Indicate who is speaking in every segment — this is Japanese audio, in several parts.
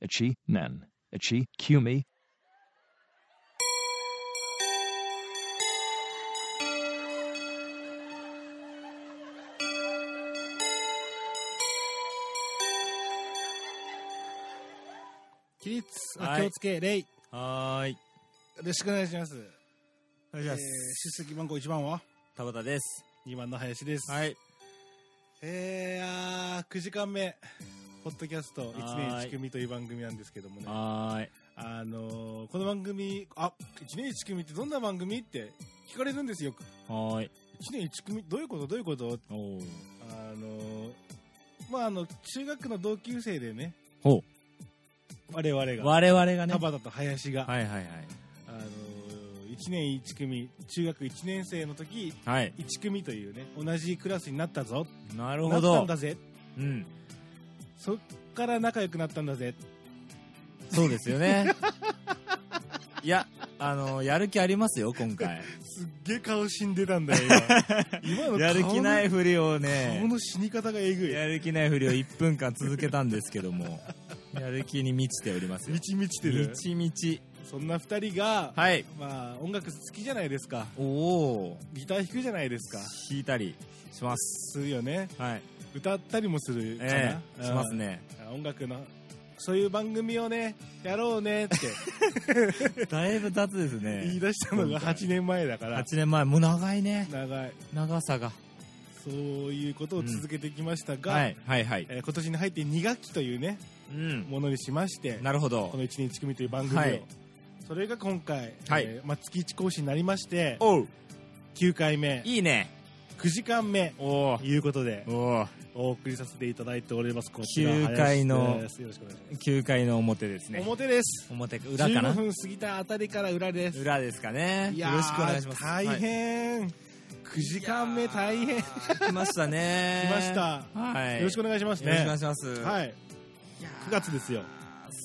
Speaker 1: Ichi Nen. Ichi Kumi.
Speaker 2: 起立、あ
Speaker 3: はい
Speaker 2: 気をつけ、礼。よ
Speaker 3: はーい。
Speaker 2: ろしくお願いします。
Speaker 3: お願いしま
Speaker 2: えー
Speaker 3: す。
Speaker 2: 出席番号1番は
Speaker 3: 田畑です。
Speaker 2: ?2 番の林です。
Speaker 3: はい。
Speaker 2: えー、あー9時間目、ポッドキャスト1
Speaker 3: は
Speaker 2: 年
Speaker 3: ーい
Speaker 2: 1組という番組なんですけどもね。あ、
Speaker 3: はーい。
Speaker 2: のーこの番組、あ、1年1組ってどんな番組って聞かれるんですよ。
Speaker 3: はーい。
Speaker 2: 1年1組、どういうことどういうこと
Speaker 3: おお。
Speaker 2: あのーまあ、あの、中学の同級生でね、
Speaker 3: ほう。
Speaker 2: 我々が、
Speaker 3: 我々がね。
Speaker 2: 田畑と林が、
Speaker 3: はいはいはい。
Speaker 2: あのー、1年1組、中学1年生の時、
Speaker 3: はい。
Speaker 2: 1組というね、同じクラスになったぞ、
Speaker 3: なる
Speaker 2: な
Speaker 3: ほ
Speaker 2: った
Speaker 3: ど
Speaker 2: ん。だぜ、
Speaker 3: うん。
Speaker 2: そっから仲良くなったんだぜ、
Speaker 3: そうです よね。いや、あの、やる気ありますよ、今回。
Speaker 2: すっげえ顔死んでたんだよ、今。 今の
Speaker 3: やる気ない
Speaker 2: い
Speaker 3: ふり
Speaker 2: 顔
Speaker 3: をね、
Speaker 2: の死に方がえぐい。
Speaker 3: やる気ないふりを1分間続けたんですけども、やる気に満ちておりますよ
Speaker 2: み。ちみちてる
Speaker 3: 満。ち満ち。
Speaker 2: そんな二人が、
Speaker 3: はい。
Speaker 2: まあ、音楽好きじゃないですか。
Speaker 3: おお。
Speaker 2: ギター弾くじゃないですか。
Speaker 3: 引いたりします。
Speaker 2: するよね。
Speaker 3: はい。
Speaker 2: 歌ったりもするかな。
Speaker 3: ええ
Speaker 2: うん
Speaker 3: します。ね。
Speaker 2: 音楽の、そういう番組をね、やろうね って
Speaker 3: だいぶ経つです
Speaker 2: 言い
Speaker 3: ね。
Speaker 2: 出したのが8年前だから
Speaker 3: 8、年前、もう長いね。
Speaker 2: 長い。
Speaker 3: 長さが。
Speaker 2: そういうことを続けてきましたが、
Speaker 3: はい、はい、はい。
Speaker 2: えー今年に入って2学期というね、
Speaker 3: うん。
Speaker 2: ものにしまして、
Speaker 3: なるほど
Speaker 2: こ。の1日組という番組を、
Speaker 3: はい
Speaker 2: それが今回、
Speaker 3: はい
Speaker 2: えーまあ、月1講師になりまして
Speaker 3: おう。
Speaker 2: 9回目
Speaker 3: いいね。
Speaker 2: 9時間目
Speaker 3: お
Speaker 2: ということで
Speaker 3: お。おお。
Speaker 2: お送りさせていただいておりますこちら
Speaker 3: 9回の
Speaker 2: 林ですよろしくお願いします
Speaker 3: 9回の表ですね。
Speaker 2: 表です
Speaker 3: 表か、裏か
Speaker 2: 15
Speaker 3: な
Speaker 2: 分過ぎたあたりから裏です
Speaker 3: 裏ですかね。
Speaker 2: い
Speaker 3: よ
Speaker 2: やー
Speaker 3: ろしくお願いします。
Speaker 2: 大
Speaker 3: はい。
Speaker 2: 変、9時間目大変来
Speaker 3: いやー。来ましたね。
Speaker 2: まし。た、
Speaker 3: はい。
Speaker 2: よろしくお
Speaker 3: よ
Speaker 2: 願いします
Speaker 3: ろしくお願
Speaker 2: ね
Speaker 3: いします。。
Speaker 2: はいい9月ですよ。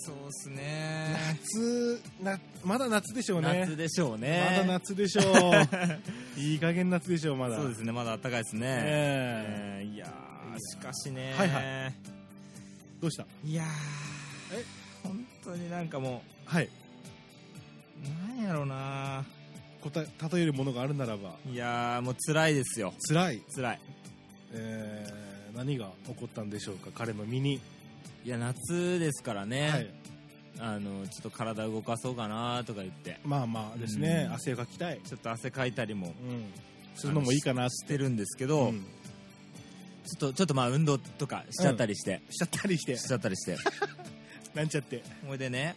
Speaker 3: そうっすね。
Speaker 2: 夏なまだ夏でしょうね
Speaker 3: 夏でしょうね。
Speaker 2: まだ夏でしょ ういい加減夏でしょうまだ
Speaker 3: そうですね、まだ暖かいですね。
Speaker 2: え
Speaker 3: えーいやー、しかしね。
Speaker 2: はいはえどうした
Speaker 3: いやー
Speaker 2: え
Speaker 3: 本当になんかも
Speaker 2: はい。
Speaker 3: うなんやろうな
Speaker 2: 答え、例えるものがあるならば、
Speaker 3: いやーもう辛いですよ
Speaker 2: 辛い。
Speaker 3: 辛い
Speaker 2: えー、何が起こったんでしょうか、彼の身に。
Speaker 3: いや夏ですからね、
Speaker 2: はい。
Speaker 3: あのちょっと体動かそうかなとか言って
Speaker 2: まあまあですね、
Speaker 3: うん
Speaker 2: 汗をかきたい。
Speaker 3: ちょっと汗かいたりも
Speaker 2: うん。するのもいいかなっ
Speaker 3: して
Speaker 2: て。
Speaker 3: るんですけど、
Speaker 2: うん
Speaker 3: ちょっとちょっとまあ運動とかしちゃったりして、
Speaker 2: しちゃったりして
Speaker 3: し、ちゃったりして
Speaker 2: なんちゃって。
Speaker 3: ほいでね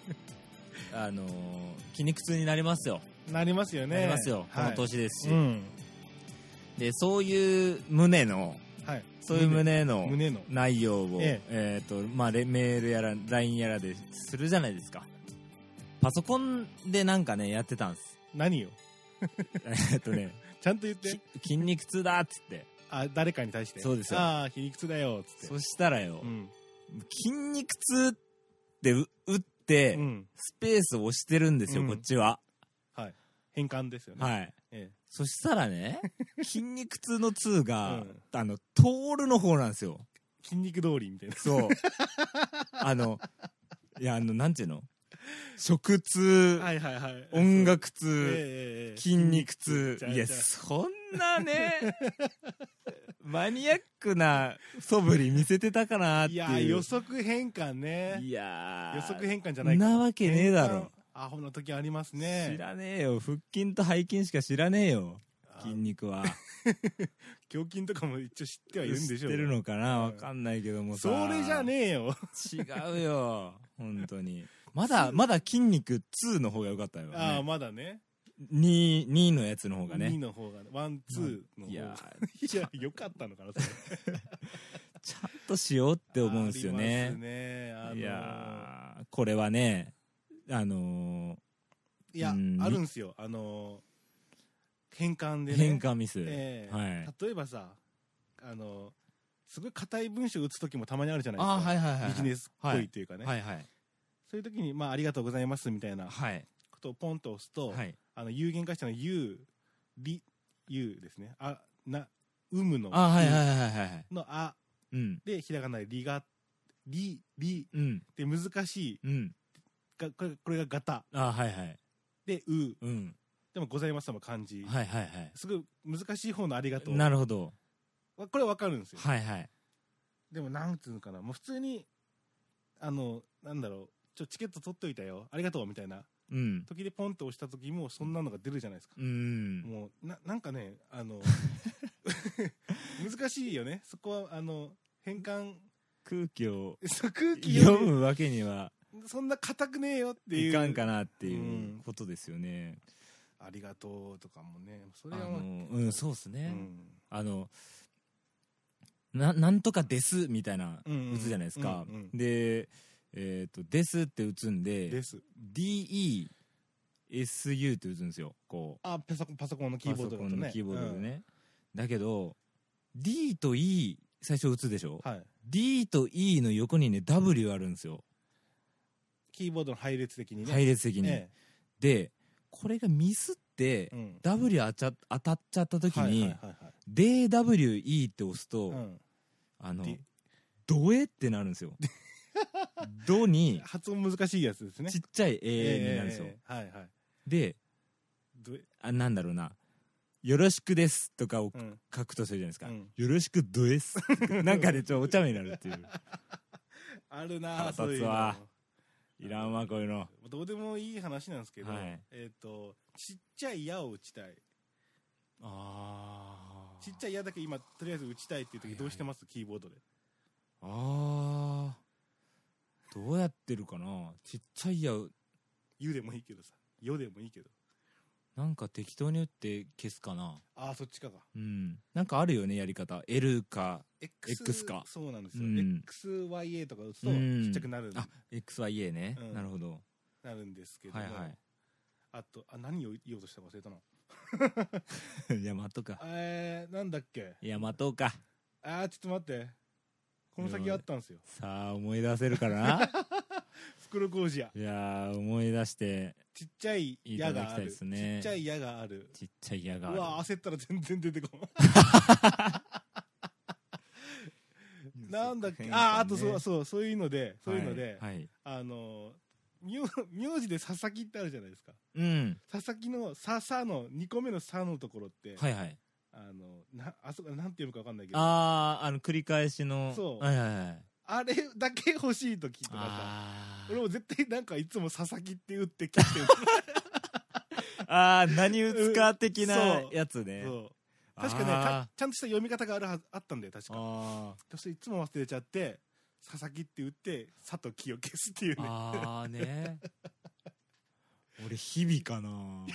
Speaker 3: あのー筋肉痛になりますよ、
Speaker 2: なりますよね。
Speaker 3: なりますよ、
Speaker 2: はい、
Speaker 3: この年ですし、
Speaker 2: うん。
Speaker 3: でそういう胸の
Speaker 2: はい。
Speaker 3: そういう胸の
Speaker 2: 胸の。
Speaker 3: 内容を、
Speaker 2: え
Speaker 3: えーとまあ、レメールやら LINE やらでするじゃないですかパソコンでなんかねやってたんです
Speaker 2: 何よ。
Speaker 3: えっ とね
Speaker 2: ちゃんと言っ
Speaker 3: き
Speaker 2: て。
Speaker 3: 筋肉痛だっつって
Speaker 2: あ、誰かに対して。
Speaker 3: そうですよ
Speaker 2: ああ、皮肉だよ、つって。
Speaker 3: そしたらよ、
Speaker 2: うん。
Speaker 3: 筋肉痛ってう打って、
Speaker 2: うん。
Speaker 3: スペースを押してるんですよ、
Speaker 2: うん
Speaker 3: こっちは
Speaker 2: 変換ですよね。い。
Speaker 3: はい
Speaker 2: ええ
Speaker 3: そしたら ね筋肉痛の痛が、
Speaker 2: うん
Speaker 3: あの通るの方なんですよ
Speaker 2: 筋肉通りみたいな。
Speaker 3: そう あのいやあのなんていうの食痛、
Speaker 2: はいはい はい。
Speaker 3: 音楽痛、
Speaker 2: ええ、ええええ
Speaker 3: 筋肉痛
Speaker 2: ちゃう
Speaker 3: い
Speaker 2: ちゃ
Speaker 3: や
Speaker 2: う
Speaker 3: そんなね マニアックな素振り見せてたかなって
Speaker 2: い
Speaker 3: いう
Speaker 2: やー予測変換ね
Speaker 3: いやー
Speaker 2: 予測変換じゃないか
Speaker 3: なわけねえだろ
Speaker 2: 変換アホな時ありますね
Speaker 3: 知らねえよ腹筋と背筋しか知らねえよ
Speaker 2: あ
Speaker 3: 筋肉は
Speaker 2: 胸筋とかも一応知ってはいるんでし
Speaker 3: 知
Speaker 2: ょ
Speaker 3: っ
Speaker 2: う
Speaker 3: てるのかな
Speaker 2: うん
Speaker 3: わかんないけどもさ
Speaker 2: それじゃねえよ
Speaker 3: 違うよ本当 にまだまだ筋肉2の方が良かったよ、
Speaker 2: ああ
Speaker 3: ね、
Speaker 2: まだね
Speaker 3: 2, 2のやつの方が
Speaker 2: 2
Speaker 3: ね
Speaker 2: の方がねワンツーの方
Speaker 3: いや
Speaker 2: がいやよかったのかなそれっ
Speaker 3: ーちゃんとしようって思うんですよ
Speaker 2: あり
Speaker 3: ね
Speaker 2: ますねあのー
Speaker 3: いやーこれはねあの
Speaker 2: いや
Speaker 3: うん
Speaker 2: あるんすよあのー変換
Speaker 3: ー
Speaker 2: でね
Speaker 3: 変換ミス、
Speaker 2: ええ
Speaker 3: はい
Speaker 2: 例えばさあのーすごい硬い文章打つ時もたまにあるじゃないですか
Speaker 3: あーはいはいはいはい
Speaker 2: ビジネスっぽいというかね、
Speaker 3: はいはい
Speaker 2: そういう時に、まあ、ありがとうございますみたいな
Speaker 3: はい
Speaker 2: ことをポンと押すと、
Speaker 3: はい
Speaker 2: あの有限化したの有利有ですねあな有無の
Speaker 3: あーはいはい
Speaker 2: い
Speaker 3: はいはいはい
Speaker 2: のあ
Speaker 3: うん
Speaker 2: でひらがなで利がリ、リ
Speaker 3: うん、
Speaker 2: って難しい。
Speaker 3: うん。
Speaker 2: がこれこれがガタ。
Speaker 3: あはいはい。
Speaker 2: で、う。
Speaker 3: うん。
Speaker 2: でもございますも漢字。
Speaker 3: はいはいはい。
Speaker 2: すごい難しい方のありがとう。
Speaker 3: なるほど。
Speaker 2: わこれわかるんですよ。
Speaker 3: はいはい。
Speaker 2: でもなんつうのかな。もう普通に、あの、なんだろう。ちょ、チケット取っといたよ。ありがとう。みたいな。
Speaker 3: うん。
Speaker 2: 時でポンって押した時もうそんなのが出るじゃないですか。
Speaker 3: うん。
Speaker 2: もうななんかねあ の難しいよねそこはあの変換
Speaker 3: 空気を
Speaker 2: そう空気
Speaker 3: 読
Speaker 2: を
Speaker 3: むわけには
Speaker 2: そんな硬くねえよっていう
Speaker 3: いかんかなって
Speaker 2: う
Speaker 3: い
Speaker 2: ん
Speaker 3: うことですよね。
Speaker 2: ありがとうとかもねそれ
Speaker 3: あ
Speaker 2: はもう
Speaker 3: の、うん、そうです
Speaker 2: う
Speaker 3: ね。
Speaker 2: ん
Speaker 3: あの、な、なんとかですみたいな、
Speaker 2: うん
Speaker 3: 打つじゃないですか。
Speaker 2: うんうん
Speaker 3: で、えっ、と、ですって打つんで
Speaker 2: で、す
Speaker 3: DESU って打つんですよ。こう。
Speaker 2: あパソコンパソコンのキーボードだと
Speaker 3: パ
Speaker 2: ね
Speaker 3: ソコンのキーボードでね、だけど D と E 最初打つでしょ、
Speaker 2: うんはい
Speaker 3: D と E の横にね W あるんですよ、
Speaker 2: キーボードの配列的にね
Speaker 3: 配列的に、
Speaker 2: え
Speaker 3: でこれがミスって、
Speaker 2: えうん
Speaker 3: W 当たっ当たっちゃった時に、
Speaker 2: はいはいはいはい
Speaker 3: DWE って押すと、
Speaker 2: うん
Speaker 3: あの
Speaker 2: D
Speaker 3: ドエってなるん ですよドに
Speaker 2: 発音難しいやつですね
Speaker 3: ちっちゃい
Speaker 2: え
Speaker 3: A になるんですよ、
Speaker 2: ええはいはい
Speaker 3: で
Speaker 2: どえ
Speaker 3: あなんだろうな「よろしくです」とかを
Speaker 2: うん
Speaker 3: 書くとするじゃないですか「
Speaker 2: うん
Speaker 3: よろしくど えす」なんかねちょっとお茶目になるっていう
Speaker 2: あるな
Speaker 3: 腹
Speaker 2: あ
Speaker 3: 立つ
Speaker 2: そういう
Speaker 3: わ
Speaker 2: の
Speaker 3: いらんわこういうの
Speaker 2: どうでもいい話なんですけど、
Speaker 3: はい
Speaker 2: えっ、と、ちっちゃい矢を打ちたい。
Speaker 3: あ
Speaker 2: ちっちゃい矢だけ今、とりあえず打ちたいっていう
Speaker 3: は
Speaker 2: 時
Speaker 3: いはい
Speaker 2: どうしてます、キーボードで。
Speaker 3: あーどうやってるかなちっちゃいや
Speaker 2: 湯でもいいけどさ。よでもいいけど。
Speaker 3: なんか適当に打って消すかな
Speaker 2: ああ、そっちかが。
Speaker 3: うんなんかあるよねやり方 L か
Speaker 2: X,
Speaker 3: X か
Speaker 2: そうなんですよ。
Speaker 3: うん
Speaker 2: XYA とか打つと
Speaker 3: うん
Speaker 2: ちっちゃくなる、
Speaker 3: あ XYA ね、
Speaker 2: うん
Speaker 3: なるほど
Speaker 2: なるんですけども、
Speaker 3: はいは
Speaker 2: あと、あ、何を言おうとしたか忘れたの。
Speaker 3: い 大和か
Speaker 2: えー、なんだっけ。
Speaker 3: 大和か
Speaker 2: あー、ちょっと待って。この先あったんですよ。
Speaker 3: さあ思い出せるか らな
Speaker 2: 袋小路や。
Speaker 3: いやー思い出して
Speaker 2: ちっちゃい矢がある。
Speaker 3: いただきたいですね
Speaker 2: ちっちゃい矢がある。
Speaker 3: ちっちゃい矢があ
Speaker 2: う
Speaker 3: る
Speaker 2: わ焦ったら全然出てこ んなんだっけあーあとそうそうそういうのでそういうので、
Speaker 3: はいはい
Speaker 2: あの名名字で佐々木ってあるじゃないですか
Speaker 3: うん
Speaker 2: 佐々木の「ささ」の2個目の「さ」のところって、
Speaker 3: はいはい
Speaker 2: あのなあそこなんて読むか分かんないけどあ
Speaker 3: あああの繰り返しの
Speaker 2: そう
Speaker 3: はいはいはい
Speaker 2: れだけ欲しい時とかさ
Speaker 3: あ
Speaker 2: 俺も絶対なんかいつも佐々木って打って消 してる
Speaker 3: ーあー何打つか的な
Speaker 2: そう
Speaker 3: やつね
Speaker 2: そう確かね
Speaker 3: あ
Speaker 2: かちゃんとした読み方があるはずあったんだよ確
Speaker 3: ー
Speaker 2: か
Speaker 3: あ
Speaker 2: でそれいつも忘れちゃって佐々木って打って「さ」と「木」を消すっていう
Speaker 3: ー
Speaker 2: ね
Speaker 3: あーね俺日々かな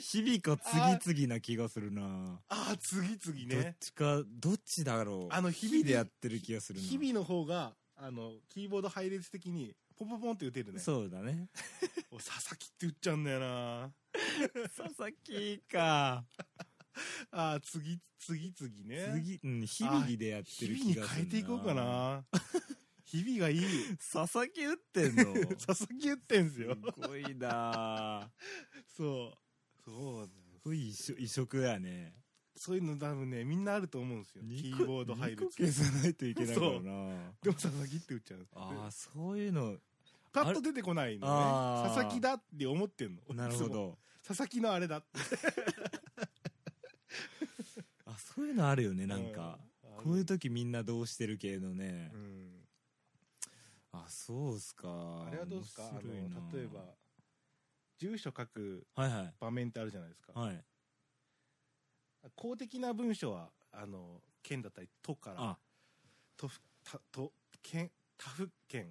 Speaker 3: 日々か次々な気がするな
Speaker 2: ああ次々
Speaker 3: どっ
Speaker 2: ね
Speaker 3: ちかどっちだろう
Speaker 2: あの日
Speaker 3: 日
Speaker 2: 々
Speaker 3: 々でやってる気がするな
Speaker 2: 日々の方があのキーボード配列的にポンポンポンって打てるね
Speaker 3: そうだ ね
Speaker 2: お佐々木って打っちゃうんだよな
Speaker 3: 佐々木か
Speaker 2: ああ次次々ね
Speaker 3: 次、うん、響きでやってる
Speaker 2: 日々に
Speaker 3: 気がす
Speaker 2: 変
Speaker 3: るな
Speaker 2: えていこうか な日々がいい
Speaker 3: 佐々木打っ てんの
Speaker 2: 佐々木打ってんすよ
Speaker 3: すごいな
Speaker 2: そうそうなんです
Speaker 3: ぁ異色異色だね
Speaker 2: そういうの多分ねみんなあると思うんですよキーボード配
Speaker 3: 二個
Speaker 2: 列
Speaker 3: 消さないといけないからな
Speaker 2: でも佐々木って打っちゃう
Speaker 3: ああ
Speaker 2: で
Speaker 3: そういうの
Speaker 2: パッと出てこないの
Speaker 3: あ
Speaker 2: ね
Speaker 3: ー
Speaker 2: 佐々木だって思ってんの
Speaker 3: なる ほ
Speaker 2: いつも
Speaker 3: ど
Speaker 2: 佐々木のあれだって
Speaker 3: あそういうのあるよねなんか、
Speaker 2: うん
Speaker 3: こういう時みんなどうしてる系のね
Speaker 2: う、ん
Speaker 3: あそうっすか
Speaker 2: あれはどうですかあ
Speaker 3: 面白いな
Speaker 2: の例えば住所書く
Speaker 3: はいはい
Speaker 2: 場面ってあるじゃないですか、
Speaker 3: はい
Speaker 2: 公的な文書はあの県だったり都から
Speaker 3: あ
Speaker 2: 都府た都県他府県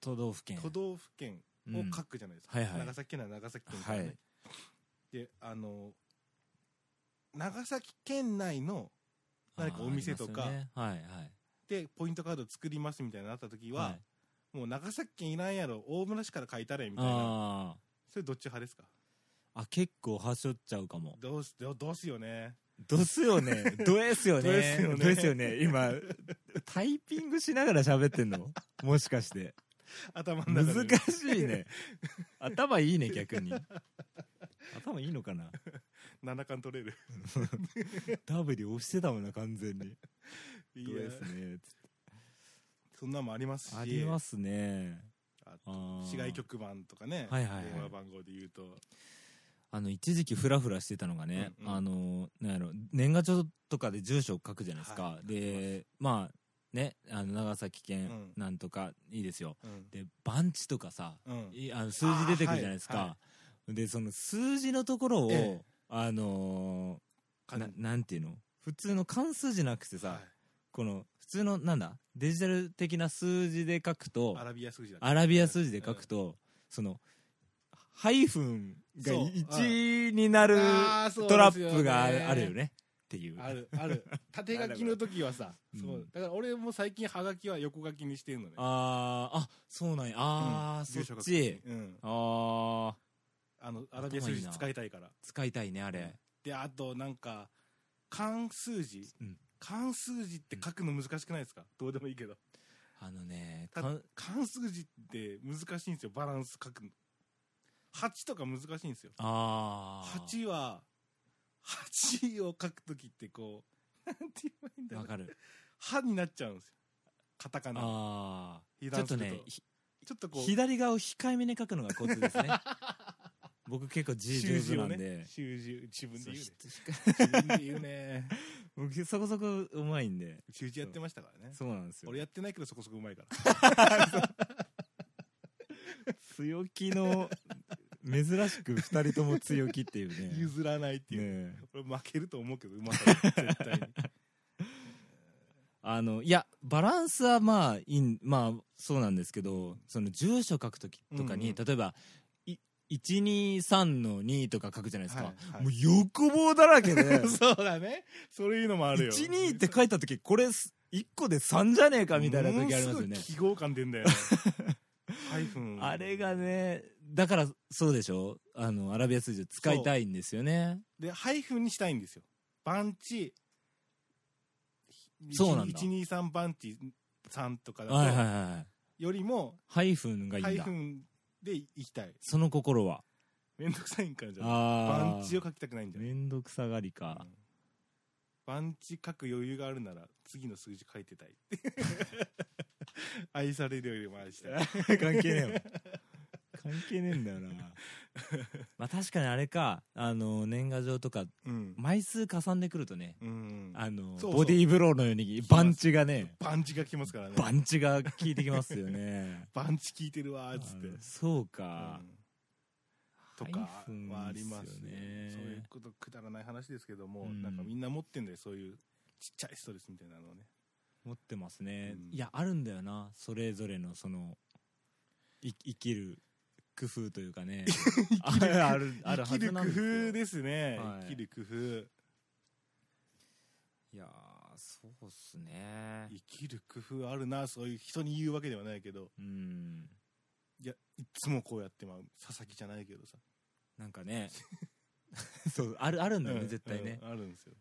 Speaker 3: 都道府県
Speaker 2: 都道府県を書くじゃないですか、
Speaker 3: うんはいはい
Speaker 2: 長崎県なら長崎県からね、
Speaker 3: はい
Speaker 2: であの長崎県内の
Speaker 3: あー
Speaker 2: 何かお店とか
Speaker 3: ありますよねはいはい
Speaker 2: でポイントカード作りますみたいなのあった時は、
Speaker 3: はい
Speaker 2: もう長崎県いらんやろ大村市から書いたれみたいな
Speaker 3: あ
Speaker 2: それどっち派ですか
Speaker 3: ーあ結構はしょっちゃうかも
Speaker 2: どうすどうどうすよね
Speaker 3: どすよ ね。どえすよね。
Speaker 2: どえすよね
Speaker 3: どえすよね。今、タイピングしながら喋ってんのもしかして。
Speaker 2: 頭の
Speaker 3: 難
Speaker 2: 中で
Speaker 3: しいね。頭いいね、逆に。頭いいのかな
Speaker 2: 七冠取れ る
Speaker 3: ?W 押してたもんな、完全に。
Speaker 2: い
Speaker 3: ど
Speaker 2: や
Speaker 3: えすね。
Speaker 2: そんなんもありますし
Speaker 3: ありますね。
Speaker 2: あ
Speaker 3: あー
Speaker 2: 市外局番とかね、
Speaker 3: はいはいはい
Speaker 2: 電話番号で言うと
Speaker 3: あの、一時期フラフラしてたのがね、
Speaker 2: うんうん
Speaker 3: あの、なんやろ、年賀状とかで住所を書くじゃないですか。
Speaker 2: はい
Speaker 3: で、まあ、ね、あの、長崎県
Speaker 2: ん
Speaker 3: なんとかいいですよ。
Speaker 2: うん、
Speaker 3: で、番地とかさ、
Speaker 2: うん
Speaker 3: いあの数字出てくるじゃないですか。
Speaker 2: あーは
Speaker 3: で、その数字のところを、
Speaker 2: ええ
Speaker 3: あのー
Speaker 2: か
Speaker 3: な、なんていうの普通の関数じゃなくてさ、
Speaker 2: はい
Speaker 3: この、普通の、なんだデジタル的な数字で書くと、
Speaker 2: アラビア数字だっけ
Speaker 3: アラビア数字で書くと、その、ハイフンが
Speaker 2: そう
Speaker 3: 1になる
Speaker 2: あーそうです
Speaker 3: ト
Speaker 2: よ
Speaker 3: ラ
Speaker 2: ね
Speaker 3: ップがあるあるよね。っていう。
Speaker 2: あるある縦書きの時はさ
Speaker 3: うん
Speaker 2: そうだから俺も最近はがきは横書きにしてるのね
Speaker 3: あーあ、そうなんや。あー、
Speaker 2: 住所
Speaker 3: そ
Speaker 2: 書
Speaker 3: っ
Speaker 2: く時
Speaker 3: ち
Speaker 2: に。うん
Speaker 3: あー、
Speaker 2: あのアラビア数字使いたいから
Speaker 3: 使いたいね、あれ。
Speaker 2: であとなんか漢数字、
Speaker 3: うん
Speaker 2: 漢数字って書くの難しくないですか、どうでもいいけど
Speaker 3: あのね、
Speaker 2: た
Speaker 3: かん
Speaker 2: 漢数字って難しいんですよバランス書くの8とか難しいんですよ
Speaker 3: あー。
Speaker 2: 8は8を書く時ってこう なんて言えばいいんだろ
Speaker 3: わ
Speaker 2: う
Speaker 3: かる。
Speaker 2: 歯になっちゃうんですよカタカナ
Speaker 3: あー。
Speaker 2: 油
Speaker 3: ちょ
Speaker 2: 断
Speaker 3: っと
Speaker 2: する
Speaker 3: ね、ひ
Speaker 2: ちょっとこう
Speaker 3: 左側を控えめに書くのがコツです ね。僕結構字上手なんで。
Speaker 2: 習字自分で言うね
Speaker 3: そう
Speaker 2: 自分で言うね
Speaker 3: 僕そこそこうまいんで。
Speaker 2: 習字やってましたからね
Speaker 3: そうなんですよ。
Speaker 2: 俺やってないけどそこそこうまいから
Speaker 3: 強気の珍しく2人とも強 気っていうね
Speaker 2: 譲らないっていう、
Speaker 3: ねえ
Speaker 2: 俺負けると思うけどうまさに 絶対に
Speaker 3: あのいやバランスはまあいいんまあそうなんですけどその住所書くときとかに、
Speaker 2: うんう
Speaker 3: 例えばい123の2とか書くじゃないですか、
Speaker 2: はいはい
Speaker 3: もう横棒だらけ で
Speaker 2: そうだねそういうのもあるよ
Speaker 3: 12って書いたときこれ1個で3じゃねえかみたいな時ありますよ
Speaker 2: もの
Speaker 3: ね
Speaker 2: すごい記号感出んだよねハイフン
Speaker 3: あれがねだからそうでしょあのアラビア数字を使いたいんですよね
Speaker 2: でハイフンにしたいんですよ番地
Speaker 3: そうなんだ
Speaker 2: 123番地3とかだと、
Speaker 3: はいはいはい
Speaker 2: よりも
Speaker 3: ハイフンがいい
Speaker 2: ハ
Speaker 3: ん
Speaker 2: イ
Speaker 3: だ
Speaker 2: フンでいきたい
Speaker 3: その心は
Speaker 2: めんどくさいんかなじゃあ
Speaker 3: あ
Speaker 2: 番地を書きたくないんじゃない
Speaker 3: めんどくさが りか
Speaker 2: うん番地書く余裕があるなら次の数字書いてたい 愛されるよりも愛したい
Speaker 3: 関係ねえわ関係ねえんだよな まあ確かにあれかあの年賀状とか
Speaker 2: うん、
Speaker 3: 枚数加算でくるとね
Speaker 2: うん、
Speaker 3: あの
Speaker 2: そうそう
Speaker 3: ボディーブローのように
Speaker 2: ます
Speaker 3: 番地がね
Speaker 2: 番地が来ますからね
Speaker 3: 番地が効いてきますよね
Speaker 2: 番地聞いてるわーっつって
Speaker 3: あのそうか
Speaker 2: うんとかはあります
Speaker 3: ハイフンいいっす
Speaker 2: そ
Speaker 3: よ
Speaker 2: う
Speaker 3: ね
Speaker 2: いうことくだらない話ですけども、
Speaker 3: うん
Speaker 2: なんかみんな持ってんだよそういうちっちゃいストレスみたいなのをね
Speaker 3: 持ってますね
Speaker 2: うん
Speaker 3: いやあるんだよなそれぞれのそのい生きる工夫というか ねある あるあるは
Speaker 2: 生き
Speaker 3: ず
Speaker 2: る工
Speaker 3: なんで
Speaker 2: 夫です
Speaker 3: すよ
Speaker 2: ね、
Speaker 3: はい
Speaker 2: 生きる工夫
Speaker 3: いやーそうっすね
Speaker 2: 生きる工夫あるなそういう人に言うわけではないけど
Speaker 3: うん
Speaker 2: いやいつもこうやってまう佐々木じゃないけどさ
Speaker 3: なん かねそうあるあるんだよね、
Speaker 2: うん
Speaker 3: 絶対ね
Speaker 2: う、んあるんですよ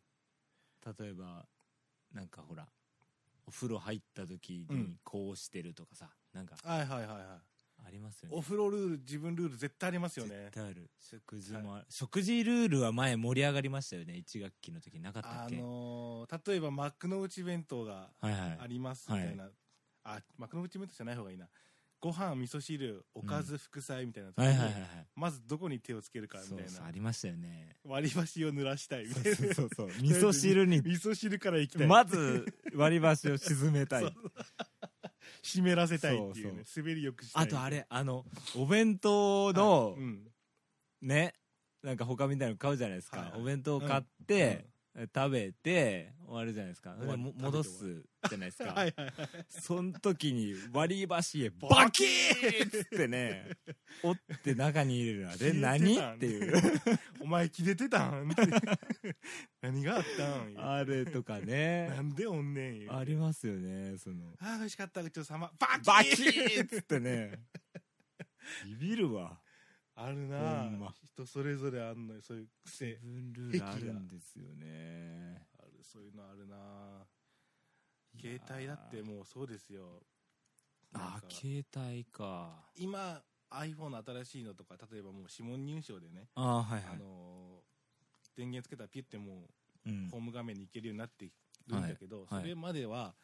Speaker 3: 例えばなんかほらお風呂入った時
Speaker 2: う
Speaker 3: に
Speaker 2: ん
Speaker 3: こうしてるとかさ、なんか
Speaker 2: はいはいはいはい
Speaker 3: ありますよね
Speaker 2: お風呂ルール自分ルール絶対ありますよね
Speaker 3: 絶対ある食事もある食事ルールは前盛り上がりましたよね1学期の時なかったっ
Speaker 2: あ
Speaker 3: け、
Speaker 2: のー例えば幕の内弁当が
Speaker 3: はいはい
Speaker 2: ありますみたいな、あ幕の内弁当じゃない方がいいなご飯味噌汁おかず、副菜みたいなとこ
Speaker 3: はい
Speaker 2: ろ
Speaker 3: は
Speaker 2: に
Speaker 3: いはいはい
Speaker 2: まずどこに手をつけるかみた
Speaker 3: そ
Speaker 2: いうな
Speaker 3: そうありましたよね
Speaker 2: 割り箸を濡らしたいみたい
Speaker 3: そ
Speaker 2: な
Speaker 3: うそうそう味噌汁に
Speaker 2: 味噌汁からいきたい、
Speaker 3: まず割り箸を沈めたい
Speaker 2: そう湿らせたいっていうね
Speaker 3: そう
Speaker 2: 滑りよくしたい
Speaker 3: あとあれあのお弁当の、
Speaker 2: はいうん
Speaker 3: ねなんか他みたいなの買うじゃないですか、
Speaker 2: はいはい
Speaker 3: お弁当買って、食べて終わるじゃないですか
Speaker 2: 終わる
Speaker 3: も
Speaker 2: 食べて
Speaker 3: 戻すじゃないですか、
Speaker 2: はいはい
Speaker 3: その時に割り箸へバキーっつってね折って中に入れるのあれ
Speaker 2: 消え
Speaker 3: 何
Speaker 2: たん
Speaker 3: っていう
Speaker 2: お前切れてたんって 何があったん
Speaker 3: あれとか
Speaker 2: な
Speaker 3: ね
Speaker 2: んでおんねん言う
Speaker 3: ありますよねその
Speaker 2: あー美味しかったごちそうさまバキ
Speaker 3: バキーっつってねビビるわ
Speaker 2: あるなあ
Speaker 3: ほんま
Speaker 2: 人それぞれあんのよそういう癖
Speaker 3: 自分ルールあるんですよね
Speaker 2: あるそういうのあるなあ携帯だってもうそうですよな
Speaker 3: あ
Speaker 2: んか
Speaker 3: 携帯か
Speaker 2: 今 iPhone の新しいのとか例えばもう指紋認証でね、
Speaker 3: あーはいはい
Speaker 2: あのー電源つけたらピュっても
Speaker 3: う
Speaker 2: うんホーム画面に行けるようになってるんだけど、
Speaker 3: はい
Speaker 2: それまでは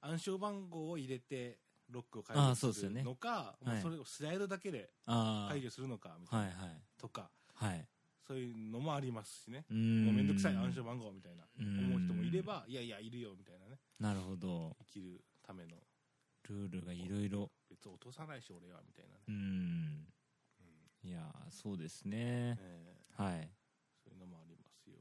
Speaker 2: 暗証番号を入れてロックを解
Speaker 3: あ
Speaker 2: 除
Speaker 3: ーそうですすよ
Speaker 2: る
Speaker 3: ね
Speaker 2: のか
Speaker 3: い
Speaker 2: もうそれをスライドだけで
Speaker 3: ああ
Speaker 2: 解除するのかみたい
Speaker 3: は
Speaker 2: ない
Speaker 3: はい
Speaker 2: とか
Speaker 3: はい
Speaker 2: そういうのもありますしね
Speaker 3: うー
Speaker 2: もうんめんどくさい暗証番号みたいな
Speaker 3: うん
Speaker 2: 思う人もいればいやいやいるよみたいなね
Speaker 3: なるほど
Speaker 2: 生きるための
Speaker 3: ルールがいろいろ
Speaker 2: 別に落とさないし俺はみたいなね
Speaker 3: うーん
Speaker 2: うん
Speaker 3: いやーそうですね
Speaker 2: ええ
Speaker 3: はい
Speaker 2: そういうのもありますよ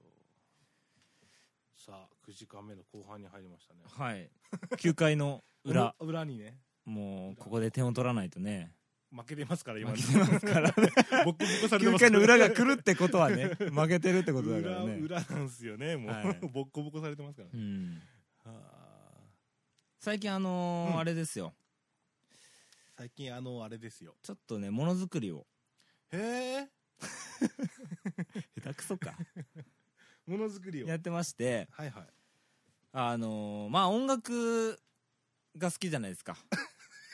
Speaker 2: さあ9時間目の後半に入りましたね
Speaker 3: はい9回の裏
Speaker 2: お裏にね
Speaker 3: もうここで点を取らないとね
Speaker 2: 負けてますから今
Speaker 3: 負けてますから
Speaker 2: ボッコボコされてま
Speaker 3: 9
Speaker 2: すか
Speaker 3: 回
Speaker 2: ら
Speaker 3: の裏が来るってことはね負けてるってことだから
Speaker 2: 裏
Speaker 3: ね
Speaker 2: 裏なんですよねもう、
Speaker 3: はい
Speaker 2: ボッコボコされてますから
Speaker 3: う
Speaker 2: ね、
Speaker 3: ん
Speaker 2: はあ
Speaker 3: 最近あのー
Speaker 2: うん
Speaker 3: あれですよ
Speaker 2: 最近あのあれですよ
Speaker 3: ちょっとねものづくりを
Speaker 2: へえ
Speaker 3: 下手くそか
Speaker 2: ものづくりを
Speaker 3: やってまして
Speaker 2: はいはい
Speaker 3: あのーまあ音楽が好きじゃないですか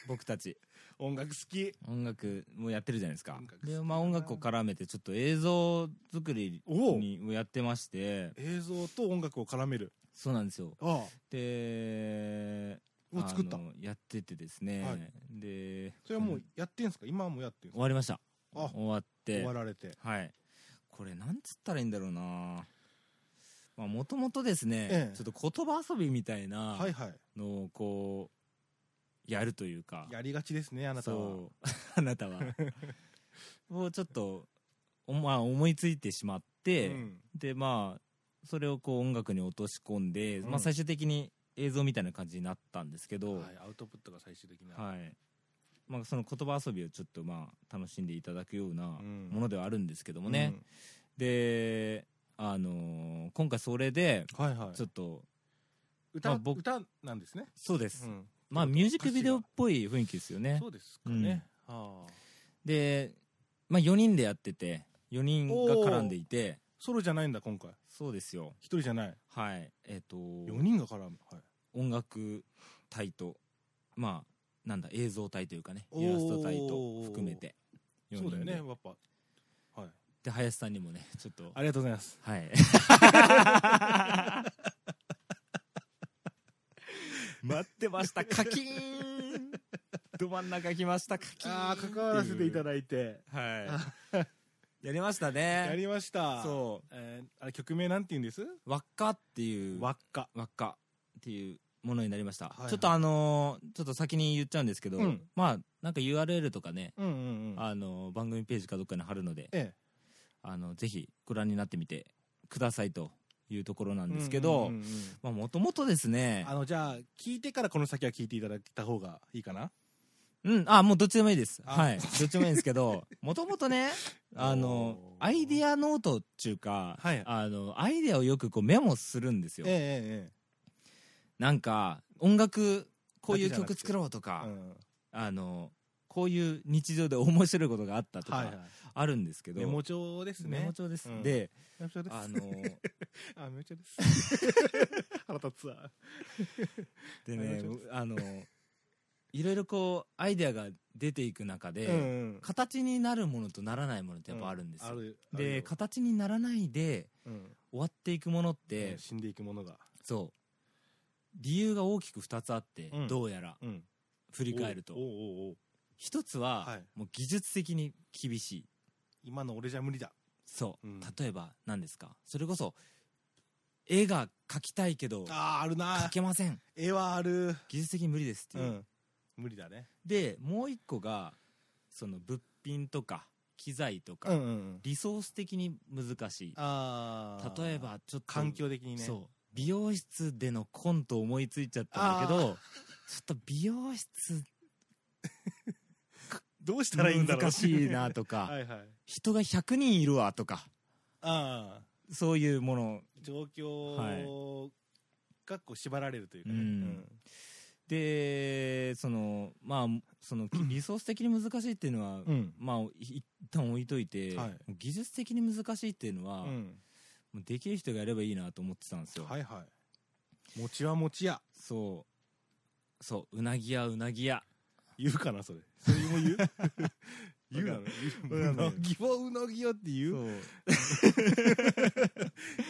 Speaker 3: 僕たち
Speaker 2: 音楽好き
Speaker 3: 音楽もやってるじゃないですか
Speaker 2: 音楽好きだ
Speaker 3: で
Speaker 2: な
Speaker 3: まあ音楽を絡めてちょっと映像作り
Speaker 2: おう
Speaker 3: にをやってまして
Speaker 2: 映像と音楽を絡める
Speaker 3: そうなんですよ
Speaker 2: あ
Speaker 3: で
Speaker 2: あを作った
Speaker 3: あのやっててですね、
Speaker 2: はい
Speaker 3: で
Speaker 2: それはも
Speaker 3: う
Speaker 2: うんやってんすか今はもうやってんす
Speaker 3: 終
Speaker 2: か
Speaker 3: わりました
Speaker 2: あ
Speaker 3: 終わって
Speaker 2: 終わられて
Speaker 3: はいこれなんつったらいいんだろうなまあもともとですね、
Speaker 2: ええ
Speaker 3: ちょっと言葉遊びみたいな
Speaker 2: はいはい
Speaker 3: のをこうやるというか
Speaker 2: やりがちですねあなたは
Speaker 3: そう あなたはをちょっとお、まあ、思いついてしまって、
Speaker 2: うん
Speaker 3: でまあそれをこう音楽に落とし込んで、
Speaker 2: うん
Speaker 3: まあ、最終的に映像みたいな感じになったんですけど、
Speaker 2: はい、アウトプットが最終的な、
Speaker 3: はいまあ、その言葉遊びをちょっとまあ楽しんでいただくような
Speaker 2: うん
Speaker 3: ものではあるんですけどもね、で、あのー今回それで
Speaker 2: うんはいはい
Speaker 3: ちょっと
Speaker 2: 歌、
Speaker 3: まあ僕
Speaker 2: 歌なんですね、
Speaker 3: そうです、
Speaker 2: うん
Speaker 3: まあミュージックビデオっぽい雰囲気ですよね
Speaker 2: そうですかね、はあ
Speaker 3: で、まあ、4人でやってて4人が絡んでいて
Speaker 2: ソロじゃないんだ今回
Speaker 3: そうですよ
Speaker 2: 一人じゃない
Speaker 3: はいえっ、と
Speaker 2: 4人が絡む、はい、
Speaker 3: 音楽隊とまあなんだ映像隊というかねイラスト隊と含めて4
Speaker 2: そうだよ
Speaker 3: 人で
Speaker 2: ねやっぱはい
Speaker 3: で林さんにもねちょっと
Speaker 2: ありがとうございます
Speaker 3: はい待ってましたカキーンど真ん中来ましたカキーン
Speaker 2: ああ関わらせていただいて
Speaker 3: いはいやりましたね
Speaker 2: やりましたう、
Speaker 3: そ
Speaker 2: えーあれ曲名なんて言うんです
Speaker 3: う輪っかっていう
Speaker 2: 輪っか
Speaker 3: 輪っかっていうものになりました、
Speaker 2: はいはい
Speaker 3: ちょっとあのーちょっと先に言っちゃうんですけど、
Speaker 2: うん
Speaker 3: まあなんか URL とかね、
Speaker 2: うんうんうん
Speaker 3: あのー番組ページかどっかに貼るので
Speaker 2: え
Speaker 3: あのぜひご覧になってみてくださいというところな
Speaker 2: え
Speaker 3: んですけ
Speaker 2: うんうん
Speaker 3: ど、
Speaker 2: うんうん
Speaker 3: まあもともとですね
Speaker 2: あのじゃあ聞いてからこの先は聞いていただいた方がいいかな
Speaker 3: うんあもうどっちでもいいです
Speaker 2: あ
Speaker 3: はいどっちでもいいんです けどもともとねあの
Speaker 2: おー
Speaker 3: アイディアノートっていうか、
Speaker 2: はい
Speaker 3: あのアイディアをよくこうメモするんですよ、
Speaker 2: えええ
Speaker 3: なんか音楽こういう
Speaker 2: だけじゃなく
Speaker 3: 曲
Speaker 2: て
Speaker 3: 作ろうとか、
Speaker 2: えうん
Speaker 3: あのこういう日常で面白いことがあったと
Speaker 2: はいは
Speaker 3: か
Speaker 2: い
Speaker 3: あるんですけど、
Speaker 2: メモ帳ですね
Speaker 3: メモ帳です、
Speaker 2: うん
Speaker 3: で
Speaker 2: メモ帳です
Speaker 3: あの
Speaker 2: あメモ帳です 腹立つわメ
Speaker 3: で
Speaker 2: モ
Speaker 3: ね
Speaker 2: 帳で
Speaker 3: あのいろいろこうアイデアが出ていく中で、
Speaker 2: うんうん
Speaker 3: 形になるものとならないものってやっぱあるんですよ、
Speaker 2: うるある
Speaker 3: で
Speaker 2: よ
Speaker 3: 形にならないで
Speaker 2: うん
Speaker 3: 終わっていくものって、
Speaker 2: うん死んでいくものが
Speaker 3: そう理由が大きく2つあって、
Speaker 2: うん
Speaker 3: どうやら
Speaker 2: うん
Speaker 3: 振り返ると
Speaker 2: おうおうおう
Speaker 3: 一つは、
Speaker 2: はい
Speaker 3: もう技術的に厳しい
Speaker 2: 今の俺じゃ無理だ
Speaker 3: そう、
Speaker 2: うん
Speaker 3: 例えば何ですかそれこそ絵が描きたいけど
Speaker 2: ああある
Speaker 3: 描
Speaker 2: な
Speaker 3: けません
Speaker 2: 絵はある
Speaker 3: 技術的に無理ですっていう、
Speaker 2: 無理だね
Speaker 3: でもう一個がその物品とか機材とか、
Speaker 2: うん
Speaker 3: リソース的に難しい
Speaker 2: ああ
Speaker 3: 例えばちょっと
Speaker 2: 環境的にね
Speaker 3: そう美容室でのコント思いついちゃったんだけど
Speaker 2: あ
Speaker 3: ちょっと美容室
Speaker 2: どうしたらいいんだろう
Speaker 3: 難しいな と
Speaker 2: は
Speaker 3: か
Speaker 2: いはい
Speaker 3: 人が100人いるわとか
Speaker 2: ああ
Speaker 3: そういうもの
Speaker 2: 状況がこう縛られるというかね
Speaker 3: う
Speaker 2: うんん
Speaker 3: でそのまあ そのリソース的に難しいっていうのは、
Speaker 2: ん
Speaker 3: まあい一旦置いといて、
Speaker 2: はい
Speaker 3: 技術的に難しいっていうのは、
Speaker 2: うん
Speaker 3: もうできる人がやればいいなと思ってたんですよ、
Speaker 2: はいはい餅は餅や
Speaker 3: そうそううなぎ屋うなぎ屋
Speaker 2: 言うかなそれそれも言う 言うなの
Speaker 3: わか
Speaker 2: うん
Speaker 3: ないう
Speaker 2: なぎはうなぎやって言う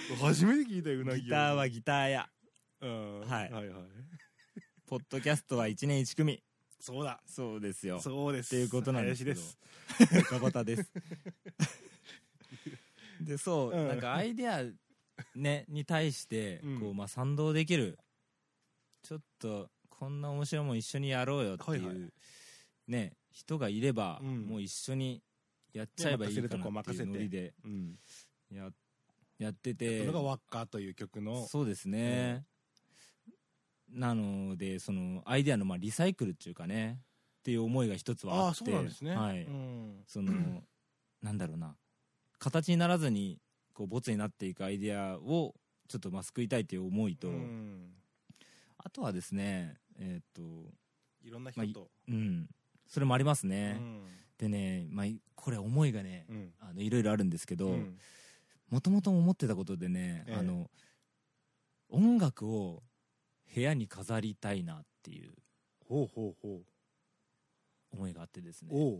Speaker 3: そう
Speaker 2: 初めて聞いたようなぎ
Speaker 3: ギターはギター屋
Speaker 2: うん
Speaker 3: はい
Speaker 2: はいはい
Speaker 3: ポッドキャストは1年1組。
Speaker 2: そうだ。
Speaker 3: そうですよ。っ
Speaker 2: そうです。
Speaker 3: ていうことなんです
Speaker 2: 林
Speaker 3: け
Speaker 2: で
Speaker 3: ど
Speaker 2: す。。
Speaker 3: 岡バタです。で、そう、
Speaker 2: うん
Speaker 3: なんかアイデア、ね、に対して、
Speaker 2: うん
Speaker 3: こう、まあ、賛同できる。ちょっと、こんな面白いもん一緒にやろうよっていう、
Speaker 2: はい
Speaker 3: ね、人がいれば、
Speaker 2: うん
Speaker 3: もう一緒にやっちゃえばいいかなっていうノリで
Speaker 2: うん。
Speaker 3: ややって
Speaker 2: こ
Speaker 3: て。
Speaker 2: れがワッカーという曲の、
Speaker 3: そうですね、なのでそのアイデアのまあリサイクルっていうかねっていう思いが一つは
Speaker 2: あ
Speaker 3: あ
Speaker 2: あ、
Speaker 3: って
Speaker 2: そうなんですね。
Speaker 3: はい
Speaker 2: うん
Speaker 3: そのなんだろうな形にならずにこうボツになっていくアイデアをちょっとまあ救いたいという思いと、
Speaker 2: うん
Speaker 3: あとはですねえーっと
Speaker 2: いろんな人と。
Speaker 3: うんそれもあります
Speaker 2: う
Speaker 3: ね、
Speaker 2: ん
Speaker 3: でね、まあ、これ思いがね、
Speaker 2: うん
Speaker 3: あのいろいろあるんですけど
Speaker 2: うん
Speaker 3: もともと思ってたことでね、
Speaker 2: ええ
Speaker 3: あの音楽を部屋に飾りたいなっていう
Speaker 2: ほうほうほう。
Speaker 3: 思いがあってですねこ
Speaker 2: おう。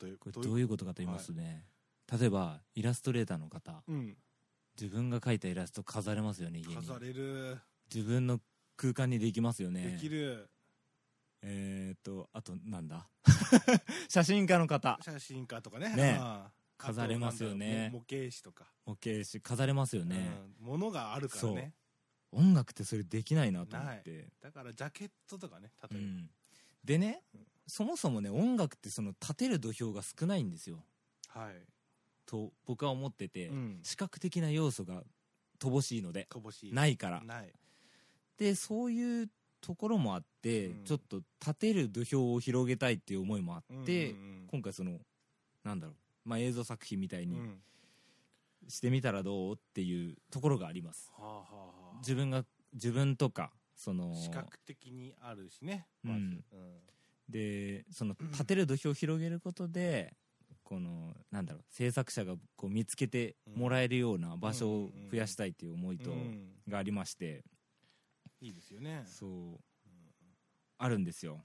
Speaker 2: 例えば、
Speaker 3: れどういうことかと言いますとね、例えばイラストレーターの方
Speaker 2: うん。
Speaker 3: 自分が描いたイラスト飾れますよね家に
Speaker 2: 飾れる。
Speaker 3: 自分の空間にできますよ
Speaker 2: で
Speaker 3: ね
Speaker 2: きる。
Speaker 3: えーっとあとなんだ 写真家の方
Speaker 2: 写真家とかね。
Speaker 3: ね
Speaker 2: ああ
Speaker 3: 飾れますよ
Speaker 2: あとな
Speaker 3: ね
Speaker 2: んだろうも模型師とか。
Speaker 3: 模型師飾れますよね、
Speaker 2: うん。ものがあるからね。
Speaker 3: 音楽ってそれできないなと思って、
Speaker 2: だから、ジャケットとかね、
Speaker 3: う
Speaker 2: 例えば。
Speaker 3: んでね
Speaker 2: うん
Speaker 3: そもそもね音楽ってその立てる土俵が少ないんですよ
Speaker 2: はい。
Speaker 3: と僕は思ってて、
Speaker 2: うん
Speaker 3: 視覚的な要素が乏しいので
Speaker 2: 乏しい。
Speaker 3: ないから
Speaker 2: ない。
Speaker 3: でそういうところもあって、
Speaker 2: うん
Speaker 3: ちょっと立てる土俵を広げたいっていう思いもあって、
Speaker 2: うんうん
Speaker 3: 今回そのなんだろう、まあ、映像作品みたい
Speaker 2: うん、
Speaker 3: に
Speaker 2: うん
Speaker 3: してみたらどうっていうところがあります、
Speaker 2: はあはあは
Speaker 3: 自分が自分とかその
Speaker 2: あ、視覚的にあるしね、
Speaker 3: うん
Speaker 2: まず。うん
Speaker 3: でその立てる土俵を広げることで、このなんだろう制作者がこう見つけてもらえるような場所を増やしたいっていう思いと、
Speaker 2: うん
Speaker 3: がありまして、
Speaker 2: いいですよね。
Speaker 3: そう
Speaker 2: うん
Speaker 3: あるんですよ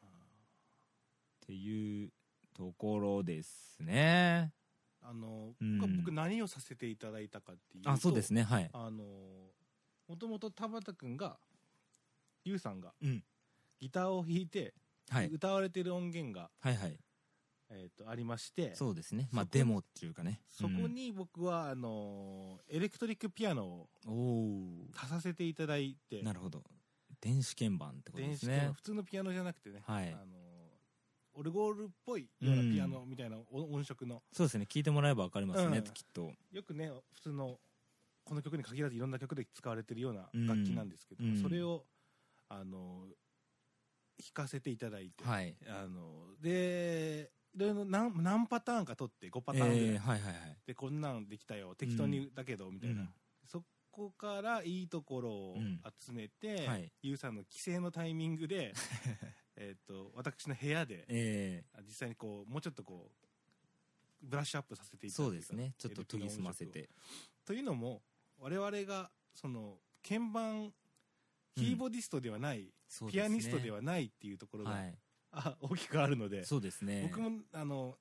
Speaker 2: あ
Speaker 3: っていうところですね
Speaker 2: あの、
Speaker 3: うん
Speaker 2: 僕は僕何をさせていただいたかっていうと
Speaker 3: あそうですねはい
Speaker 2: あのもともと田畑君がゆうさんが、
Speaker 3: うん
Speaker 2: ギターを弾いて、
Speaker 3: はい
Speaker 2: 歌われてる音源が、
Speaker 3: はいはい
Speaker 2: えー、とありまして
Speaker 3: そうですねまあ
Speaker 2: そこ
Speaker 3: デモっていうかね
Speaker 2: そこ、に僕は、あのエレクトリックピアノを
Speaker 3: うんお
Speaker 2: 足させていただいて
Speaker 3: おなるほど電子鍵盤ってことで
Speaker 2: 電
Speaker 3: す
Speaker 2: 子ピア
Speaker 3: ね
Speaker 2: ノ普通のピアノじゃなくてね、
Speaker 3: はい
Speaker 2: あのオルゴールっぽいようなピアノみたいなお音色の、
Speaker 3: そうですね聞いてもらえば分かりますね、
Speaker 2: うん
Speaker 3: きっと
Speaker 2: よくね普通のこの曲に限らずいろんな曲で使われてるような
Speaker 3: うん
Speaker 2: 楽器なんですけど、
Speaker 3: うん
Speaker 2: それをあの弾かせていただいて、
Speaker 3: はい
Speaker 2: あのでいろいろ何何パターンか取って5パターンぐらい、
Speaker 3: えーはいはいはい
Speaker 2: でこんなんできたよ適当にだけどみたいな、
Speaker 3: うん
Speaker 2: そこからいいところを
Speaker 3: うん
Speaker 2: 集めて、
Speaker 3: はい
Speaker 2: ゆうさんの帰省のタイミング でえっと私の部屋で
Speaker 3: え
Speaker 2: 実際にこうもうちょっとこうブラッシュアップさせて
Speaker 3: ー
Speaker 2: いただ
Speaker 3: そ
Speaker 2: いうた
Speaker 3: ですねちょっと研ぎ澄ませ
Speaker 2: エレ
Speaker 3: て
Speaker 2: というのも我々がその鍵盤
Speaker 3: うん
Speaker 2: キーボディストではない、
Speaker 3: そう
Speaker 2: ピ
Speaker 3: ですね
Speaker 2: アニストではないっていうところが、
Speaker 3: はい
Speaker 2: あ大きくあるので、
Speaker 3: そうですね
Speaker 2: 僕もあの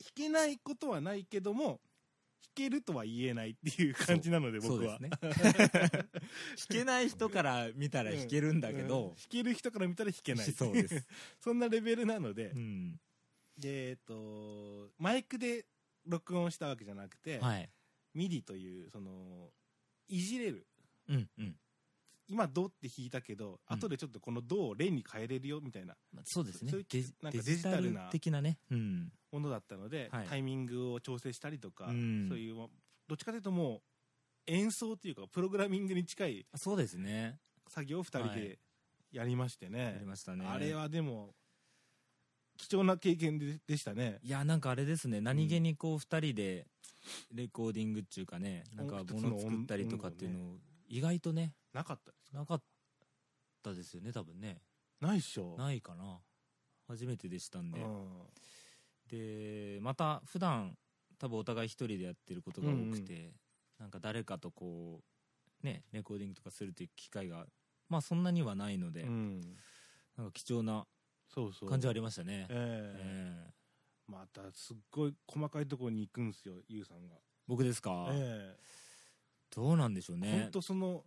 Speaker 2: 弾けないことはないけども弾けるとは言えないっていう感じなので
Speaker 3: そう
Speaker 2: 僕
Speaker 3: で
Speaker 2: は
Speaker 3: す。ね 弾けない人から見たら弾けるんだけど、
Speaker 2: うん弾ける人から見たら弾けない
Speaker 3: そう です、
Speaker 2: そんなレベルなので、
Speaker 3: うん、
Speaker 2: でえっとマイクで録音したわけじゃなくて、
Speaker 3: はい
Speaker 2: ミディというそのいじれる
Speaker 3: うんうん
Speaker 2: 今ドって弾いたけど、
Speaker 3: うん
Speaker 2: 後でちょっとこのドをレに変えれるよみたいな
Speaker 3: まあ、そうですね
Speaker 2: そういう
Speaker 3: デジ
Speaker 2: なんか
Speaker 3: デジタ
Speaker 2: デ
Speaker 3: ル
Speaker 2: ジタルな
Speaker 3: 的なね、うん、
Speaker 2: ものだったので、
Speaker 3: はい
Speaker 2: タイミングを調整したりとか、
Speaker 3: うん
Speaker 2: そういうまどっちかというともう演奏というかプログラミングに近い
Speaker 3: そうですね
Speaker 2: 作業を2人
Speaker 3: は
Speaker 2: でやりまして
Speaker 3: やり
Speaker 2: ね,、
Speaker 3: ましたね
Speaker 2: あれはでも貴重な経験ででしたね
Speaker 3: いやなんかあれですね何気にこう2人でレコーディングっていうかねなんか
Speaker 2: 一つの
Speaker 3: 物作ったりとかっていうのを意外とね
Speaker 2: なかったです
Speaker 3: なかったですよね多分ね
Speaker 2: ないっしょ
Speaker 3: ないかな初めてでしたんで、
Speaker 2: うん
Speaker 3: でまた普段多分お互い一人でやってることが多くて、なんか誰かとこうねレコーディングとかするっていう機会がまあそんなにはないので、
Speaker 2: うん
Speaker 3: なんか貴重な
Speaker 2: そうそう
Speaker 3: 感じはありましたね、
Speaker 2: ええ
Speaker 3: ええ
Speaker 2: またすっごい細かいところに行くんですよゆうさんが
Speaker 3: 僕ですか、
Speaker 2: ええ
Speaker 3: どうなんでしょうね
Speaker 2: ほんとその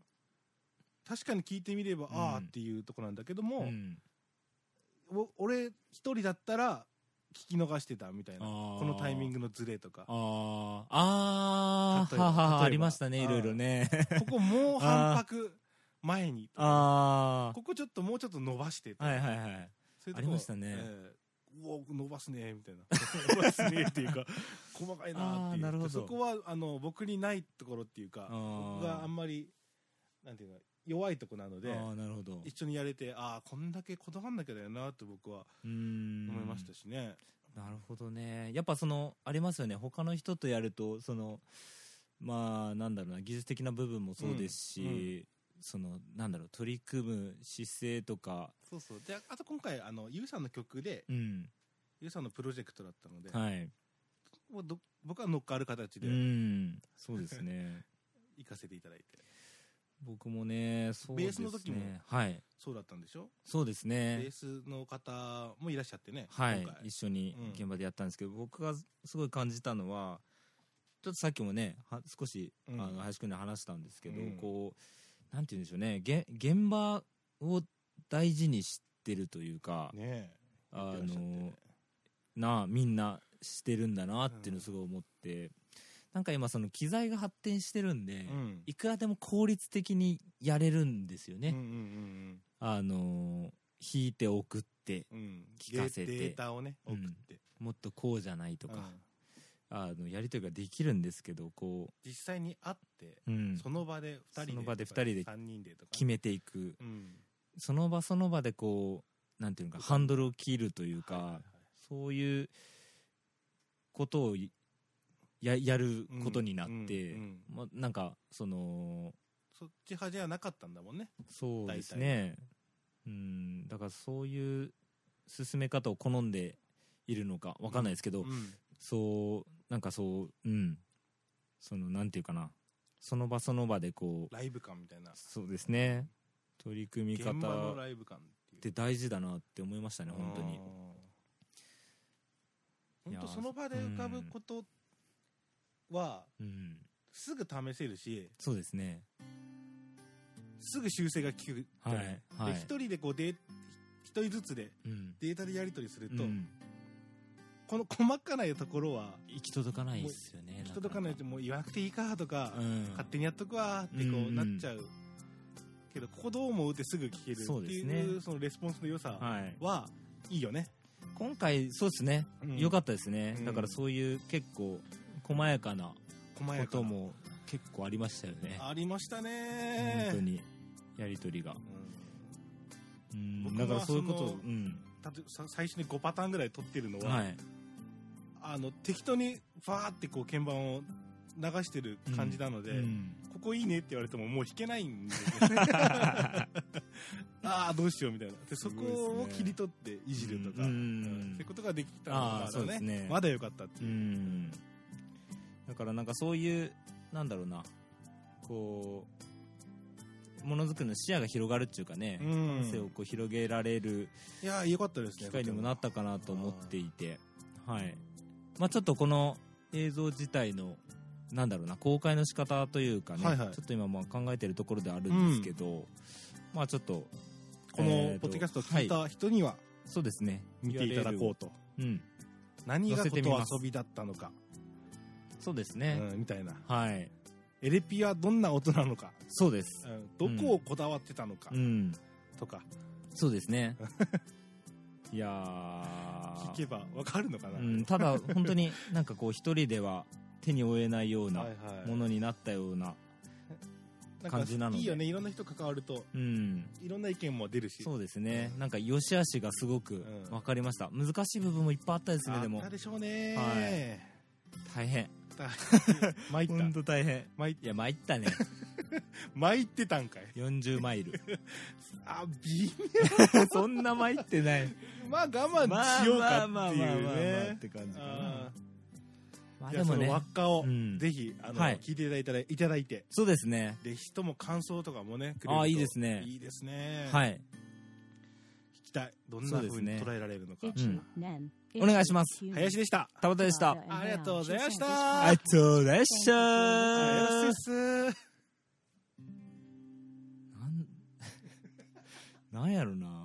Speaker 2: 確かに聞いてみれば、
Speaker 3: うん
Speaker 2: ああっていうとこなんだけども、
Speaker 3: うん
Speaker 2: お俺一人だったら聞き逃してたみたいな
Speaker 3: あー
Speaker 2: このタイミングのズレとか
Speaker 3: あああ
Speaker 2: 例
Speaker 3: ー
Speaker 2: えば
Speaker 3: はは
Speaker 2: 例えば
Speaker 3: はありましたねいろいろね
Speaker 2: ここもう反拍前にとか
Speaker 3: あ
Speaker 2: ここちょっともうちょっと伸ばしてと
Speaker 3: あ
Speaker 2: か
Speaker 3: はいはいはい
Speaker 2: そういうとこ
Speaker 3: ありましたね
Speaker 2: ええうお伸ばすねみたい な伸ばすねっていうか細かいなっていう
Speaker 3: あーなるほど
Speaker 2: そこはあの僕にないところっていうか
Speaker 3: あー
Speaker 2: 僕があんまりなんていうの弱いとこなので
Speaker 3: ああなるほど
Speaker 2: 一緒にやれてああこんだけこだわんなきゃだよなと僕は
Speaker 3: うーん
Speaker 2: 思いましたしね、
Speaker 3: なるほどねやっぱそのありますよね他の人とやるとそのまあなんだろうな技術的な部分もそうです
Speaker 2: う
Speaker 3: し、
Speaker 2: ん
Speaker 3: そのなんだろう取り組む姿勢とか
Speaker 2: そうそうであと今回あのゆうさんの曲で
Speaker 3: うん
Speaker 2: ゆうさんのプロジェクトだったので、
Speaker 3: はい
Speaker 2: もうど僕は乗っかる形
Speaker 3: う
Speaker 2: で
Speaker 3: んそうですね
Speaker 2: 行かせていただいて、
Speaker 3: 僕もねそうですね
Speaker 2: ベースの時も
Speaker 3: はい
Speaker 2: そうだったんでしょ
Speaker 3: そうです
Speaker 2: ベ
Speaker 3: ね
Speaker 2: ースの方もいらっしゃってね
Speaker 3: はい
Speaker 2: 今回
Speaker 3: 一緒に
Speaker 2: うん
Speaker 3: 現場でやったんですけど、僕がすごい感じたのはちょっとさっきもねは少し、
Speaker 2: うん
Speaker 3: あの林くんに話したんですけど、
Speaker 2: うん
Speaker 3: こうなんて言うんでしょうねげ現場を大事にしてるというか、
Speaker 2: ねえ
Speaker 3: あ
Speaker 2: 言ってらっしゃって
Speaker 3: の
Speaker 2: ね
Speaker 3: なみんなしてるんだなっていうのをすごい思って、なんか今その機材が発展してるんで、
Speaker 2: うん
Speaker 3: いくらでも効率的にやれるんですよね、
Speaker 2: うんうん
Speaker 3: あの弾いて送って
Speaker 2: うんうん
Speaker 3: 聞かせて
Speaker 2: デデータをね
Speaker 3: う
Speaker 2: 送っ
Speaker 3: ん
Speaker 2: て
Speaker 3: もっとこうじゃないと
Speaker 2: と
Speaker 3: か、あのやり取りができるんですけどこ
Speaker 2: 実際に会って
Speaker 3: う、うん、
Speaker 2: その場で2人で
Speaker 3: その場で
Speaker 2: とか
Speaker 3: 二人で
Speaker 2: 3人でとか
Speaker 3: 決めていく
Speaker 2: うん
Speaker 3: その場その場でこうなんていうのかハンドルを切るというか、
Speaker 2: はいはいはい
Speaker 3: そういうことをいややることになって、
Speaker 2: うんうんうん
Speaker 3: ま、なんかその
Speaker 2: そっち派じゃなかったんだもんね
Speaker 3: そうですねうんだからそういう進め方を好んでいるのかわかんないですけど、
Speaker 2: うん
Speaker 3: そうなんかそううんそのなんていうかなその場その場でこう
Speaker 2: ライブ感みたいな
Speaker 3: そうですね取り組み
Speaker 2: 現場の
Speaker 3: 方っ
Speaker 2: ライブ感っていう
Speaker 3: て大事だなって思いましたね本当に
Speaker 2: うん
Speaker 3: いや
Speaker 2: 本当その場で浮かぶことは
Speaker 3: うん
Speaker 2: すぐ試せるし
Speaker 3: そうですね
Speaker 2: すぐ修正が効く
Speaker 3: はい
Speaker 2: で
Speaker 3: はい
Speaker 2: 一人でこうデー一人ずつで
Speaker 3: うん、
Speaker 2: データでやり取りする
Speaker 3: う
Speaker 2: と、
Speaker 3: ん、
Speaker 2: この細かなところは
Speaker 3: 行き届かないですよね
Speaker 2: 行き届かないともう言わなくていいかとか、
Speaker 3: うん
Speaker 2: 勝手にやっとくわってこ
Speaker 3: うんう
Speaker 2: うんなっちゃう、けどここどう思うってすぐ聞ける
Speaker 3: そう
Speaker 2: って
Speaker 3: で
Speaker 2: い
Speaker 3: す
Speaker 2: う
Speaker 3: ね
Speaker 2: そのレスポンスの良さ
Speaker 3: はい、
Speaker 2: はいいよね、
Speaker 3: 今回そうですね
Speaker 2: うん
Speaker 3: 良かったですね、
Speaker 2: うん
Speaker 3: だからそういう結構細やかな
Speaker 2: 細
Speaker 3: こ
Speaker 2: やか
Speaker 3: と
Speaker 2: な
Speaker 3: も結構ありましたよね
Speaker 2: ありましたね
Speaker 3: 本当にやり取りがうん
Speaker 2: 僕
Speaker 3: だ
Speaker 2: は
Speaker 3: からそういうこと
Speaker 2: そ
Speaker 3: を
Speaker 2: の
Speaker 3: うん
Speaker 2: たとさ最初に5パターンぐらい取ってるのは、
Speaker 3: はい
Speaker 2: あの適当にファーってこう鍵盤を流してる感じなので、
Speaker 3: うん
Speaker 2: ここいいねって言われてももう弾けないんですよ ねああどうしようみたいなでそこを切り取っていじるとか、
Speaker 3: うん
Speaker 2: うんそういうことができたのが
Speaker 3: あーそうですね
Speaker 2: まだ良かったってい
Speaker 3: う
Speaker 2: う、
Speaker 3: んだからなんかそういうなんだろうなこうものづくりの視野が広がるっていうかね、
Speaker 2: うん
Speaker 3: 感性をこう広げられる
Speaker 2: いやー良かったですね
Speaker 3: 機会にもなったかなと思っていて、はいまあ、ちょっとこの映像自体のなんだろうな公開の仕方というかね、
Speaker 2: はいはい
Speaker 3: ちょっと今まあ考えてるところではあるんですけど、まあちょっと
Speaker 2: このポッドキャストを聞い
Speaker 3: は
Speaker 2: た人には
Speaker 3: そうですね
Speaker 2: 見ていただこうと、
Speaker 3: う、うん、
Speaker 2: 何が
Speaker 3: 載
Speaker 2: こ
Speaker 3: せてみます
Speaker 2: と遊びだったのか、
Speaker 3: そうですね、
Speaker 2: うんみたいな
Speaker 3: はい
Speaker 2: エレピはどんな音なのか、
Speaker 3: そうです
Speaker 2: うんどこをこだわってたのか
Speaker 3: うん
Speaker 2: とか、
Speaker 3: そうで すねいや
Speaker 2: 聞
Speaker 3: ー
Speaker 2: けばわかるのかな、
Speaker 3: うん、ただ本当になんかこう一人では手に負えないような
Speaker 2: はいはい
Speaker 3: ものになったような、
Speaker 2: なんか
Speaker 3: 感じなので
Speaker 2: いいよねいろんな人関わると
Speaker 3: うん、
Speaker 2: いろんな意見も出るし
Speaker 3: そうですね、
Speaker 2: うん
Speaker 3: なんか良し悪しがすごく
Speaker 2: うん
Speaker 3: 分かりました、難しい部分もいっぱいあったですねで
Speaker 2: あっ
Speaker 3: も
Speaker 2: たでしょうね、
Speaker 3: は大変
Speaker 2: だ 参った
Speaker 3: 本当大変
Speaker 2: 参っ
Speaker 3: いや参ったね
Speaker 2: 参ってたんかい
Speaker 3: 40マ イル
Speaker 2: あ微
Speaker 3: そんな参ってない
Speaker 2: 妙 まあ我慢しようかっていうね
Speaker 3: て感じか
Speaker 2: あ
Speaker 3: なま
Speaker 2: ーじゃ
Speaker 3: あで
Speaker 2: あ
Speaker 3: も
Speaker 2: そ
Speaker 3: ね
Speaker 2: の輪っかを
Speaker 3: うん
Speaker 2: ぜひあの
Speaker 3: はい
Speaker 2: 聞いていただいたらいただいて
Speaker 3: そうですね
Speaker 2: ぜひとも感想とかもねくれると
Speaker 3: ああいいですね
Speaker 2: いいですね
Speaker 3: はい
Speaker 2: 聞きたいどんな
Speaker 3: そ
Speaker 2: 風
Speaker 3: うで
Speaker 2: に
Speaker 3: すね
Speaker 2: 捉えられるのか
Speaker 3: うん
Speaker 4: お願いします。
Speaker 2: 林でした
Speaker 3: 田畑で
Speaker 4: で
Speaker 3: し
Speaker 4: したた。
Speaker 2: ありがとうございました
Speaker 3: ありがとうございまし
Speaker 4: あ
Speaker 2: あ
Speaker 3: た
Speaker 2: りがとうございます
Speaker 3: なん なんやろな